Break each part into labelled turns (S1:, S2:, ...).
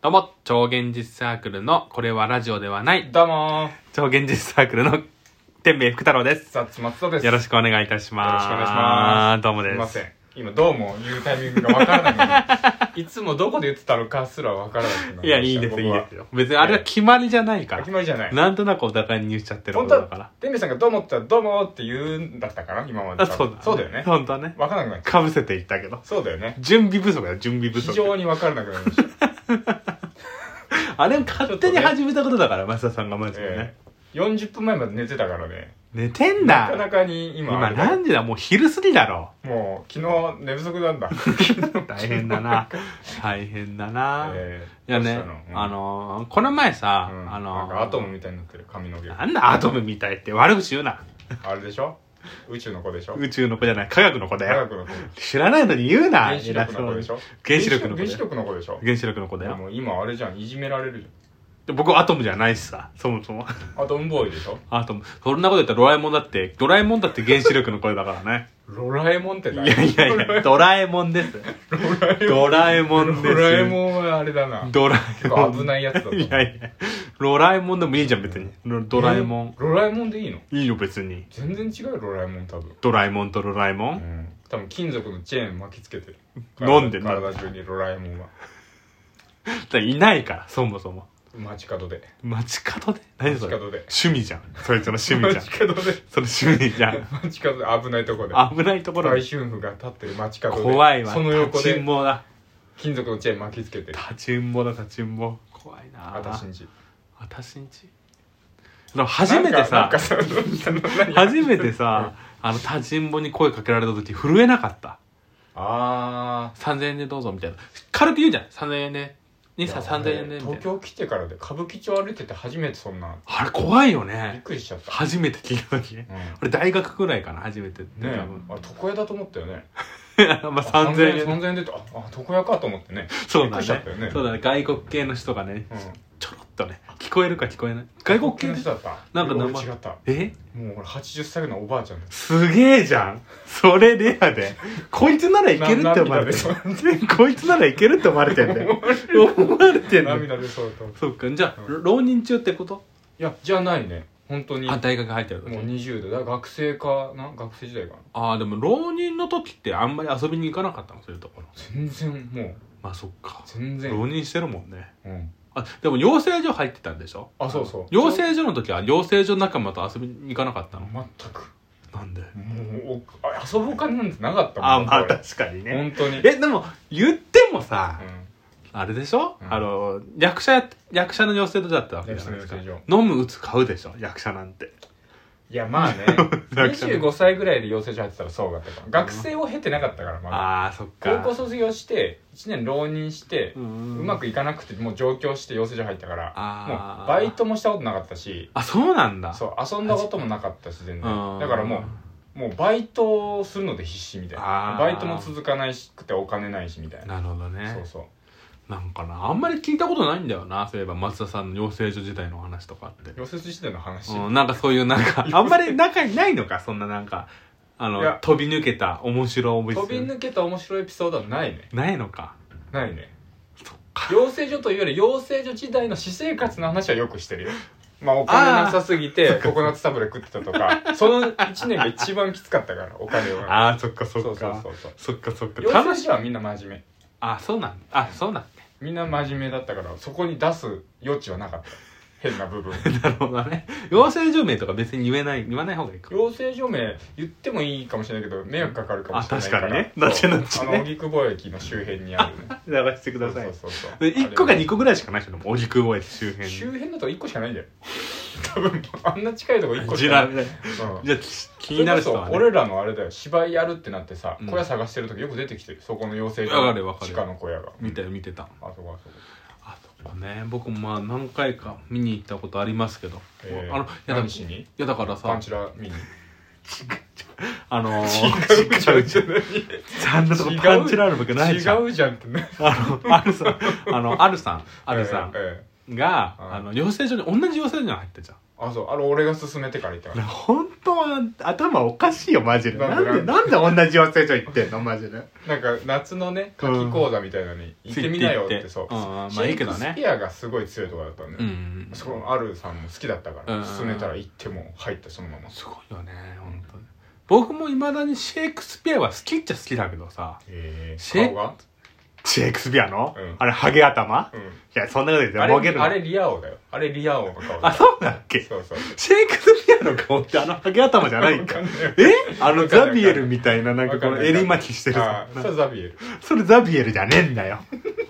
S1: どうも、超現実サークルの、これはラジオではない、
S2: どうもー
S1: 超現実サークルの、天命福太郎です。
S2: さつ松田です
S1: よろしくお願いいたします。
S2: よろしくお願いします
S1: どうも
S2: す
S1: で
S2: い
S1: す。
S2: ません今どうも言うタイミングがわからない のでいつもどこで言ってたのかすらわからない
S1: いや、いいです、
S2: 僕
S1: いい
S2: は
S1: ですよ。別にあれは決まりじゃないから
S2: 決。まりじゃない
S1: なんとなくお互いに言っちゃってるこ
S2: 本
S1: と
S2: 当
S1: だから
S2: は。デンベさんがどうもって言ったらどうもって言うんだったかな今まで
S1: あそうだ。
S2: そうだよね
S1: 本当はね。
S2: わからなくなっちゃう
S1: かぶせていったけど。
S2: そうだよね
S1: 準備不足だよ、準備不
S2: 非
S1: 足。
S2: 常にわからなくなりました
S1: あれを勝手に
S2: ちょっとね
S1: 始めたことだから、増田さんがマジでね。
S2: ええ40分前まで寝てたからね
S1: 寝てん
S2: なかな
S1: だ
S2: かに今
S1: 今何時だもう昼過ぎだ ろ
S2: もう昨日寝不足な んだ
S1: 大変だな大変だな、
S2: ええ
S1: いや
S2: どうし
S1: ね
S2: たの、うん
S1: あのこの前さ、
S2: うん
S1: あの
S2: なんかアトムみたいになってる髪の毛
S1: なんだアトムみたいって悪口言うな
S2: あれでしょ宇宙の子でしょ
S1: 宇宙の子じゃない科学の子だ
S2: 科
S1: よ
S2: 学の子
S1: 知らないのに言うな
S2: 原子力の子でしょ
S1: 原子力の子
S2: 原
S1: だ
S2: 子
S1: よ
S2: 力の子でしょ
S1: 原子力の子だ
S2: で
S1: よ
S2: も今あれじゃんいじめられるじ
S1: で僕アトムじゃないしさそもそも
S2: ゃんあとンボーイでしょ
S1: アトムそんなこと言ったらドラえもんだってドラえもんだって原子力の声だから ね
S2: ロラえもんって
S1: い
S2: だ
S1: やいやい やドラえもんですドラえもんです
S2: ロラえもんはあれだな
S1: ドラえ
S2: 結
S1: も
S2: 構
S1: ん
S2: 危ないやつだと思う
S1: いやいや、ロラえもんでもいいじゃん、別に。ロドラえもん。
S2: えロラえもんでいいの
S1: いいよ、別に。
S2: 全然違うよロラえもん多分
S1: ドラえもんとロラえも。
S2: うんん多分金属のチェーン巻きつけてる
S1: なんで
S2: 体中にロラえもんは
S1: だからいないから、そもそも。
S2: 街角で
S1: 街角で何それ
S2: 街角で
S1: 趣味じゃん。そいつの趣味じゃん
S2: 街。角で
S1: その趣味じゃん。
S2: 街角で危ないとこで
S1: 危ないところ
S2: 大
S1: に
S2: 春婦が立ってる街角で
S1: 怖いわ。
S2: その横
S1: 立ち
S2: で
S1: んぼだ。
S2: 金属のチェーン巻きつけてる
S1: 立ちんぼだ、立ちんぼ。怖いなぁ。
S2: 私んち
S1: 私んち。でも初めて
S2: なん
S1: さ
S2: か、なんかさ何
S1: 初めてさ、あの、立ちんぼに声かけられた時震えなかった。
S2: あ
S1: 3000円でどうぞみたいな軽く言うじゃん3000円で
S2: あ
S1: 兄さん3000円でみたい
S2: 東
S1: な
S2: 京来てからで歌舞伎町歩いてて初めてそんな
S1: あれ怖いよ
S2: びっ
S1: ね
S2: くりしちゃった、
S1: 初めて聞いた時
S2: うん、ね
S1: 俺大学くらいかな初めてって
S2: え
S1: 多
S2: あ床屋だと思ったよね
S1: 分 まあ
S2: あ
S1: 3000円
S2: 3000円でってああ床屋かと思ってね
S1: そう
S2: びっく
S1: だ
S2: りしちゃ
S1: ね
S2: ったよね
S1: そうだね外国系の人がね
S2: うん
S1: ちょろっとね聞こえるか聞こえない外国系
S2: の
S1: の人
S2: 人だった
S1: なんか名前
S2: 俺違った
S1: え
S2: もう俺80歳ぐらいのおばあちゃんです
S1: すげえじゃんそれレアでこいつならいけるって思われて
S2: な
S1: るこいつならいけるって思われてんだよ思われてんだよ
S2: 涙出そうと思って
S1: そっかじゃあ浪人中ってこと
S2: いやじゃないね本当にも
S1: あ
S2: う
S1: 大学入ってる時
S2: 20代だから学生かな学生時代かな
S1: ああでも浪人の時ってあんまり遊びに行かなかったのそういうところ
S2: 全然もう
S1: まあそっか
S2: 全然、
S1: 浪人してるもんね
S2: うん、
S1: あでも養成所入ってたんでしょ
S2: あそうそう
S1: 養成所の時は養成所仲間と遊びに行かなかったの
S2: 全く
S1: なんで
S2: もうおあ遊ぶお金なんてなかったもん
S1: あまあ
S2: 俺
S1: 確かにね
S2: 本当に
S1: えでも言ってもさ、
S2: う
S1: あれでしょ、
S2: うん
S1: あの役者や役者の養成所だったわけじゃないですか
S2: 役者の養
S1: 飲む打つ買うでしょ役者なんて
S2: んいやま あね25歳ぐらいで養成所入ってたらそうだったから学生を経てなかったからま
S1: ああーそっか
S2: だ高校卒業して1年浪人して
S1: う
S2: うんまくいかなくてもう上京して養成所入ったから
S1: あー
S2: もうバイトもしたことなかったし
S1: あそうなんだ
S2: そう遊んだこともなかったし全然
S1: うん
S2: だからもうもうバイトをするので必死みたい
S1: あ
S2: な
S1: ー
S2: バイトも続かないしくてお金ないしみたいな
S1: なるほどね
S2: そうそう
S1: なんかなあんまり聞いたことないんだよなそういえば松田さんの養成所時代の話とかって、
S2: 養成所時代の話
S1: うん、なんかそういうなんか あんまり仲にないのかそんななんかあ
S2: い
S1: の
S2: や
S1: 飛び抜けた面白い思い
S2: 飛び抜けた面白いエピソードはないね
S1: ないのか
S2: ないね養成所というより養成所時代の私生活の話はよくしてるよ まあお金なさすぎ てココナッツサブレ食ってたとかその1年が一番きつかったからお金は
S1: ああそっかそっ
S2: そうそう
S1: か
S2: そうそう
S1: そっかそっか
S2: 養成
S1: 楽しい
S2: 所はみんな真面目
S1: あそうなんあそうなん ね
S2: みんな真面目だったからそこに出す余地はなかった変な部分
S1: なるほどね養成所名とか別に言えない言わない方がいいか
S2: 養成所名言ってもいいかもしれないけど迷惑かかるかもしれない
S1: あ確かにね
S2: そう
S1: なっちゃうなっちゃうね
S2: あの荻窪駅の周辺にあ るね
S1: 流してく
S2: そうそうそうそう
S1: で1個か2個ぐらいしかないでしょでも荻窪駅周辺
S2: 周辺だと1個しかないんだよ 多分あんな近いとこ1個
S1: じ
S2: し
S1: ら
S2: かない、
S1: じゃ
S2: うん
S1: あき気になる人は、
S2: そ
S1: ね、
S2: れこそ俺らのあれだよ芝居やるってなってさ、
S1: うん
S2: 小屋探してる時よく出てきてるそこの養成所
S1: わかるわかる
S2: 地下の小屋が
S1: 見て見てた
S2: あそこあそこ
S1: あそこね僕もまあ何回か見に行ったことありますけど、
S2: えー
S1: あのいやだ
S2: 何
S1: い
S2: しに
S1: やだから
S2: パ
S1: さ
S2: ンチラ見に
S1: あの
S2: 違うじゃない
S1: あんなとこパンチラあるわけないじゃん
S2: 違うじゃんってね
S1: あのあるさ んあのあるさんあるさ
S2: えーえ
S1: んが、
S2: うん
S1: あの養成所に同じ養成所に入ったじゃん
S2: あそうあれ俺が勧めてから行ったから
S1: 本当は頭おかしいよマジで
S2: な
S1: なんん
S2: で
S1: でなんで同じ養成所行ってんのマジで
S2: なんか夏のね夏季講座みたいなのに行ってみなよっ
S1: ついて行ってて
S2: そう
S1: うんうんまあいいけどね
S2: シェイクスピアがすごい強いとこだったんで、
S1: うん
S2: そのアルさんも好きだったか
S1: う
S2: ら
S1: ん
S2: 勧めたら行っても入ったそのまます
S1: ごいよね本当に僕もいまだにシェイクスピアは好きっちゃ好きだけどさ
S2: へえ
S1: シェイ
S2: 顔が
S1: シェイクスピアの、
S2: うん
S1: あれハゲ頭、
S2: うん
S1: いやそんなこと言って
S2: あ
S1: ボケ
S2: れ
S1: る
S2: あれリア王だよあれリア王の顔
S1: あそうだっけ
S2: そうそう
S1: シェイクスピアの顔ってあのハゲ頭じゃないん か
S2: わかんない
S1: えあの
S2: わかんない
S1: ザビエルみたいななんかこの襟巻きしてる
S2: あ
S1: さ
S2: ーそれザビエル
S1: それザビエルじゃねえんだよ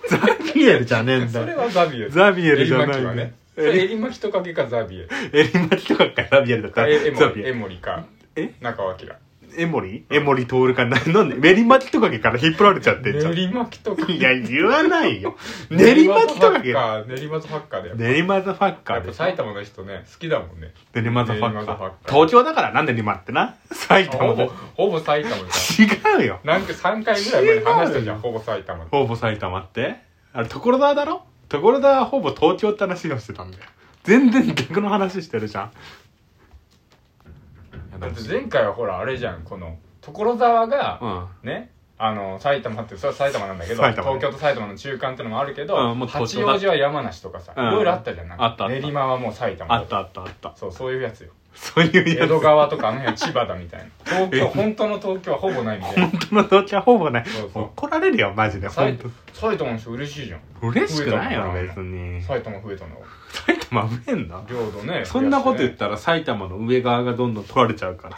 S1: ザビエルじゃねえんだ
S2: それ
S1: よ
S2: はザビエル
S1: ザビエルじゃない
S2: 襟巻きはねそれ襟巻きとかけかザビエル
S1: 襟巻きとかかザビエルだった
S2: からえエモ
S1: ザビエ
S2: リ
S1: ル
S2: エモリか
S1: え
S2: 中尾明
S1: エモリエモリ通るかななんで練馬木トカゲから引っ張られちゃってんじゃん。い
S2: 練馬木とか
S1: や、言わないよ。練馬木トカゲ。
S2: 練馬とハッカーだよ
S1: 練馬ザファッカ
S2: や
S1: ー
S2: っ
S1: でし
S2: ぱ
S1: ょ
S2: 埼玉の人ね好きだもんね
S1: 練馬ザファ
S2: 練
S1: ッ
S2: 馬
S1: カ
S2: ザファッ
S1: ー。
S2: カー
S1: 東京だからなんで練馬ってな埼
S2: ほ
S1: 玉
S2: ぼ
S1: で。
S2: ほぼ埼玉じ
S1: 違うよ
S2: ゃん。なんか3回ぐらい前に話し
S1: 違
S2: たじゃ
S1: うんよ
S2: ほぼ埼玉
S1: ほぼ埼玉って。あれ、所沢だろ所沢はほぼ東京って話をしてたんだよ。全然逆の話してるじゃん。いや
S2: だ
S1: だ
S2: っ
S1: か
S2: て前回はほらあれじゃんこの所沢が
S1: らうん。
S2: ねあの埼玉ってそれは埼玉なんだけど
S1: 埼玉ね
S2: 東京と埼玉の中間ってのもあるけど、
S1: うんもう東
S2: 八
S1: 京だ
S2: 王子は山梨とかさ、
S1: うん
S2: いろいろあったじゃんなんか
S1: あったあった
S2: 練馬はもう埼玉
S1: あ
S2: だ
S1: ったあったあった。
S2: そうそういうやつよ
S1: そういうや
S2: 江
S1: つ。
S2: 戸
S1: 本
S2: 川とかあの辺千葉だ みたいな東京本当の東京はほぼないみたいな
S1: 当の東京はほぼね
S2: そう。そう
S1: 怒られるよ、マジで。
S2: 埼
S1: 本当
S2: 埼玉の人嬉しいじゃん
S1: 嬉しくないよ
S2: 増えたの
S1: 別
S2: か
S1: に
S2: 埼玉増えたの
S1: 埼玉増えんな
S2: 領土ね
S1: そんなこと
S2: 増
S1: 言
S2: や
S1: っ
S2: して
S1: た
S2: ね
S1: ら埼玉の上側がどんどん取られちゃうから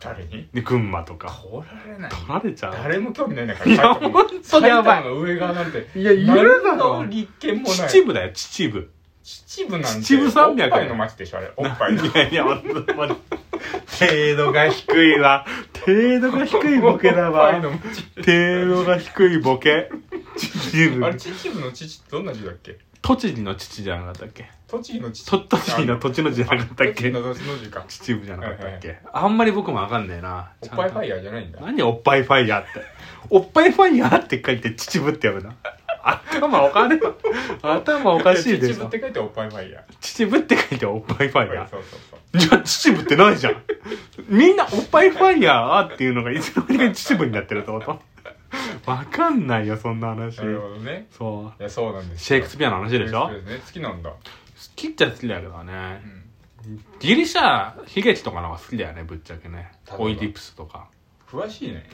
S2: 誰に
S1: で群馬とか
S2: 取られない
S1: 取られちゃう
S2: 誰も興味ないんだか
S1: いや
S2: ら埼玉
S1: ほんとやばい
S2: 埼玉の上側なんて
S1: いや許さん
S2: 何の立憲もない
S1: 秩父だよ秩父
S2: 秩父なんて
S1: 秩父山脈
S2: おっぱいの町でしょあれおっぱいの
S1: いやいやほんとほんと程度が 低いわ程度が低いボケだ
S2: おっぱ
S1: わ
S2: いの
S1: 程
S2: 町
S1: 度が低いボケ秩
S2: あれ
S1: 父
S2: 秩父の父ってどんな字だっけ
S1: 栃木の父じゃなかったっけ
S2: 栃木の父
S1: と栃木の土地の字じゃなかったっ
S2: 栃木
S1: け
S2: の栃木の字か
S1: 秩父じゃなかったっけあんまり僕もわかんねえな
S2: お
S1: ち
S2: っ
S1: ゃんと
S2: ぱいファイヤーじゃないんだ
S1: 何おっぱいファイヤーって。おっぱいファイヤーって書いて秩父って呼ぶ な。頭おかね頭おかしいでし
S2: 秩父っ
S1: ょ。
S2: て書いておっぱいファイヤー
S1: 秩父って書いておっぱいファイヤ
S2: そうそうそう
S1: ー。じゃあ秩父ってないじゃん。みんなおっぱいファイヤーっていうのがいつの間にか秩父になってるってことわかんないよ、そんな話
S2: な。るほどね
S1: そ
S2: いやそうなんで
S1: う。
S2: す
S1: シェイクス
S2: ピ
S1: ピアの話でしょ好
S2: ね好きなんだ
S1: きっちゃ好きだけどね
S2: う。ん
S1: ギリシャ、悲劇とかの方が好きだよね、ぶっちゃけね
S2: 例え。ば
S1: オイディプスとか。
S2: 詳しいね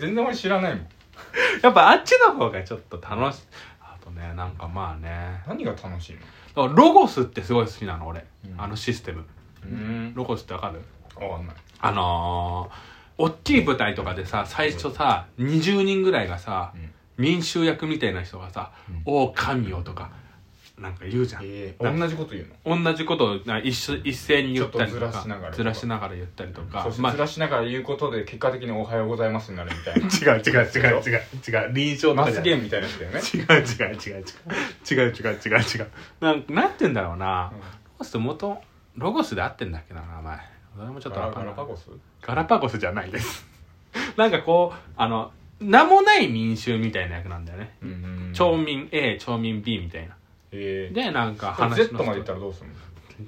S2: 全然俺知らないもん
S1: やっぱあっちの方がちょっと楽しい。あとね、なんかまあね。
S2: 何が楽しいの
S1: だからロゴスってすごい好きなの俺、
S2: うん
S1: あのシステム
S2: うん
S1: ロゴスってわかる
S2: 分かんない
S1: あのー、大きい舞台とかでさ最初さ20人ぐらいがさ
S2: うん
S1: 民衆役みたいな人がさ「おお神よ」とかなんか言うじゃん
S2: え
S1: なん
S2: ー同じこと言うの
S1: 同じことをな一緒一斉に言ったりと
S2: ちょっとずらしな
S1: か
S2: がらとか
S1: ずらしながら言ったりとか
S2: そうそう
S1: まあ
S2: ずらしながら言うことで結果的に「おはようございます」になるみたい
S1: 違う違う違う違う違う臨床
S2: なマスゲ
S1: 違う
S2: ームみたいなやつだよね
S1: 違う違う違う違う違う違う違う違うなんなんて言うんだろうな、ロゴスって元ロゴスで合ってんだっけな名前それもち
S2: ち
S1: ょっとわかん
S2: ガ
S1: な
S2: ラ
S1: い
S2: パゴス
S1: ガラパゴスじゃないです。なんかこう、あの、名もない民衆みたいな役なんだよね。
S2: うん
S1: 町民 A、町民 B みたいな。
S2: ええ
S1: で、なんか
S2: これ
S1: 話
S2: Z までいったたらどうするの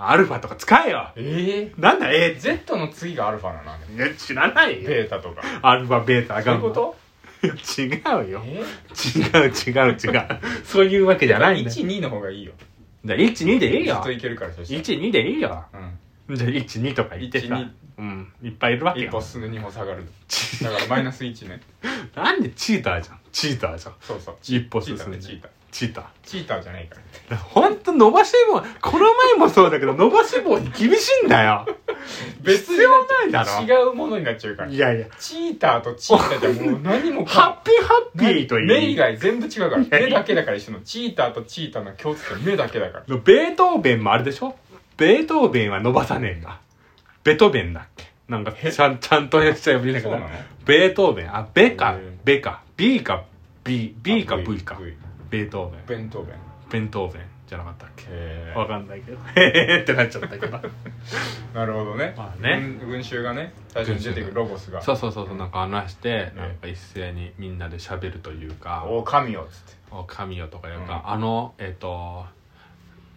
S1: アルファとか使えよ
S2: ええ
S1: なんだ A って。
S2: Z の次がアルファなの
S1: いや、知らないよ。
S2: ベータとか
S1: アルファ、ベータ、
S2: そう
S1: ガ
S2: いう
S1: ンマ。
S2: こと
S1: 違うよ。
S2: え
S1: 違う違う違う。そういうわけじゃないんだよ。
S2: 1、2の方がいいよ
S1: じゃあ1、2でいい
S2: ず
S1: よ
S2: っと。いけるからそしたら
S1: 1、2でいいよ。
S2: うん
S1: じゃあ1、2とか言って
S2: 1
S1: さ
S2: 2。
S1: うん。いっぱいいるわけ
S2: 一
S1: よ
S2: 歩。進んで二歩下がるだからマイナス1ね
S1: なんでチーターじゃん。チーターじゃん。
S2: そうそう
S1: 一歩
S2: チ
S1: 進
S2: ーター
S1: ん
S2: ね
S1: で。
S2: チーター
S1: チーター。
S2: チーターじゃないから
S1: ほんと伸ばし棒、この前もそうだけど、伸ばし棒に厳しいんだ よ。
S2: 別
S1: 必要ないだろ
S2: 違うものになっちゃうから
S1: いやいや、
S2: チーターとチーターじゃもう何も
S1: ハッピーハッピーとい
S2: 目以
S1: い。
S2: 外全部違 うから目だけだから一緒のチーターとチーターの共通点目だけだから
S1: ベートーベンもあれでしょベートーベンは伸ばさねえんだ。ベトベンだっけなんか、ちゃん、ちゃんとやっちゃうみたい
S2: そうなの
S1: な。ベートーベン、あ、ベか
S2: へえ、
S1: ベか、B か、B、B か
S2: あ
S1: V か。ベートーベン、
S2: ベントーベン
S1: ベントーベンじゃなかったっけ
S2: へ
S1: わかんないけど。へへへってなっちゃった けど。
S2: えなるほどね
S1: まあね
S2: 群群衆がね最初に出てくるロゴスが
S1: そうそうそうそう、なんか話して、なんか一斉にみんなで喋るというか。
S2: お神よっつって
S1: 神よとかいう
S2: う
S1: か、あのえっ、と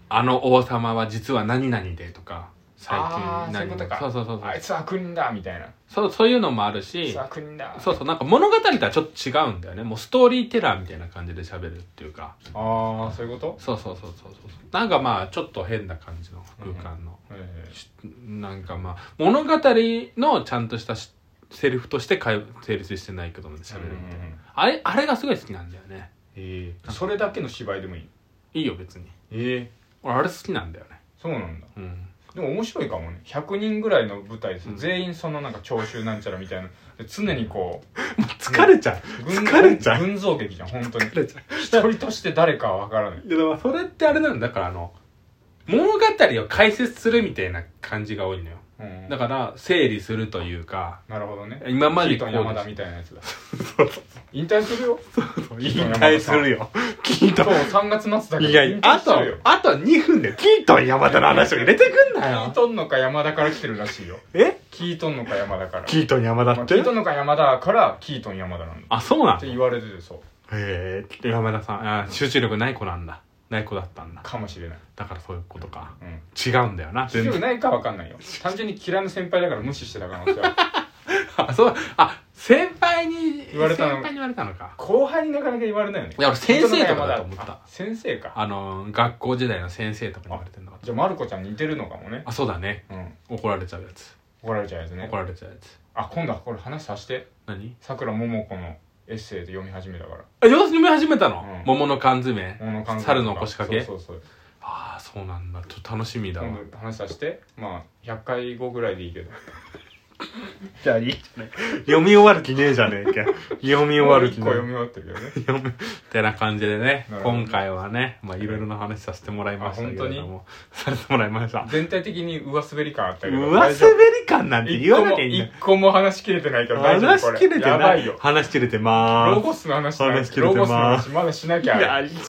S1: あの王様は実は何々でとか、最
S2: あ
S1: 近
S2: ーそうい
S1: 何
S2: うこ
S1: 々
S2: とか
S1: そうそうそうそう
S2: あいつは悪人だみたいな
S1: そう。そういうのもある
S2: あい
S1: し
S2: つは、悪人だ
S1: そうそう、なんか物語とはちょっと違うんだよね。もうストーリーテラーみたいな感じで喋るっていうか。
S2: ああそういうこと
S1: そうそうそうそうそう。なんかまあ、ちょっと変な感じの空間の。
S2: え
S1: しなんかまあ、物語のちゃんとしたしセリフとしてかい成立してないけども喋るみたいな。あれ、あれがすごい好きなんだよね。
S2: ええそれだけの芝居でもいい
S1: いいよ、別に。
S2: ええ
S1: 俺、あれ好きなんだよね。
S2: そうなんだ
S1: うん。
S2: でも面白いかもね100人ぐらいの舞台です
S1: うん
S2: 全員そのなんか聴衆なんちゃらみたいなで常にこう
S1: もう疲れちゃう。疲れちゃう。
S2: 群像劇じゃん本当に
S1: 疲れちゃう。
S2: 一人として誰かは分からない
S1: いや、でもそれってあれなんだ。だからあの、物語を解説するみたいな感じが多いのよ。
S2: うん
S1: だから、整理するというか、
S2: なるほどね
S1: 今まで
S2: キートン山田みたいなやつだ
S1: そうそう
S2: 引退するよ
S1: そう
S2: キ
S1: 引
S2: ートン
S1: 退する よ。キー
S2: そ
S1: ト
S2: う3月末だから
S1: ン。いや、
S2: 引
S1: あ
S2: 退す
S1: と
S2: るよ、
S1: あと2分でキートン山田の話を入れてくん
S2: キ
S1: な
S2: ー
S1: よ。
S2: トンのか山田から来てるらしいよ
S1: え
S2: キートンのか山田から
S1: キートン山田
S2: まあ
S1: っ
S2: キー
S1: て
S2: トンのか山田からキートン山田なんだ
S1: あ、そうな
S2: っ
S1: ん
S2: て言われててそう
S1: ええ、山田さん、あ集中力ない子なんだ。ない子だったんだ。
S2: かもしれない
S1: だからそういうことか。
S2: うん
S1: 違うんだよな、
S2: 必
S1: 全
S2: 要
S1: 然。
S2: ないか分かんないよ単純に嫌いな先輩だから無視してた可能性は
S1: あ、そう、あ、先輩に、
S2: 言われたの
S1: 先輩に言われたのか。
S2: 後輩になかなか言われないよね
S1: いや、俺先生とかだと思った
S2: あ。先生か
S1: あの、学校時代の先生とかに言われてんのかと
S2: じゃあまる子ちゃん似てるのかもね
S1: あ、そうだね。
S2: うん
S1: 怒られちゃうやつ。
S2: 怒られちゃうやつね
S1: 怒られちゃうやつ。
S2: あ今度はこれ話させて
S1: 何
S2: さくらももこのエッセイで読み始めたから
S1: あ、よう読み始めたの
S2: うん
S1: 桃の缶詰。
S2: 物考えとか
S1: 猿の腰掛け
S2: そうそうそう
S1: ああ、そうなんだ。ちょっと楽しみだわ。
S2: 今度話させてまあ100回後ぐらいでいいけど
S1: じゃあいいじゃない。読み終わる気ねえじゃねえか よ。読み終わる気ね
S2: 1個
S1: え
S2: 読み終わってるけどね
S1: 読むってな感じでね
S2: なるほど
S1: 今回はねまあいろいろな話させてもらいましたけれどもさせてもらいました
S2: 全体的に上滑り感あったけど
S1: 上滑り感なんて
S2: 一
S1: 言
S2: 個
S1: わな
S2: も
S1: きゃいいんだ
S2: 一個も話し切れてないから大丈
S1: 話
S2: 夫こ
S1: し
S2: れ
S1: 切れて
S2: やば
S1: ない
S2: いよ
S1: 話し切れてまー
S2: ロゴスの話
S1: 話し切れ
S2: ロ
S1: てま
S2: ゴ
S1: ー
S2: ス
S1: す
S2: の話まだしなきゃ
S1: いや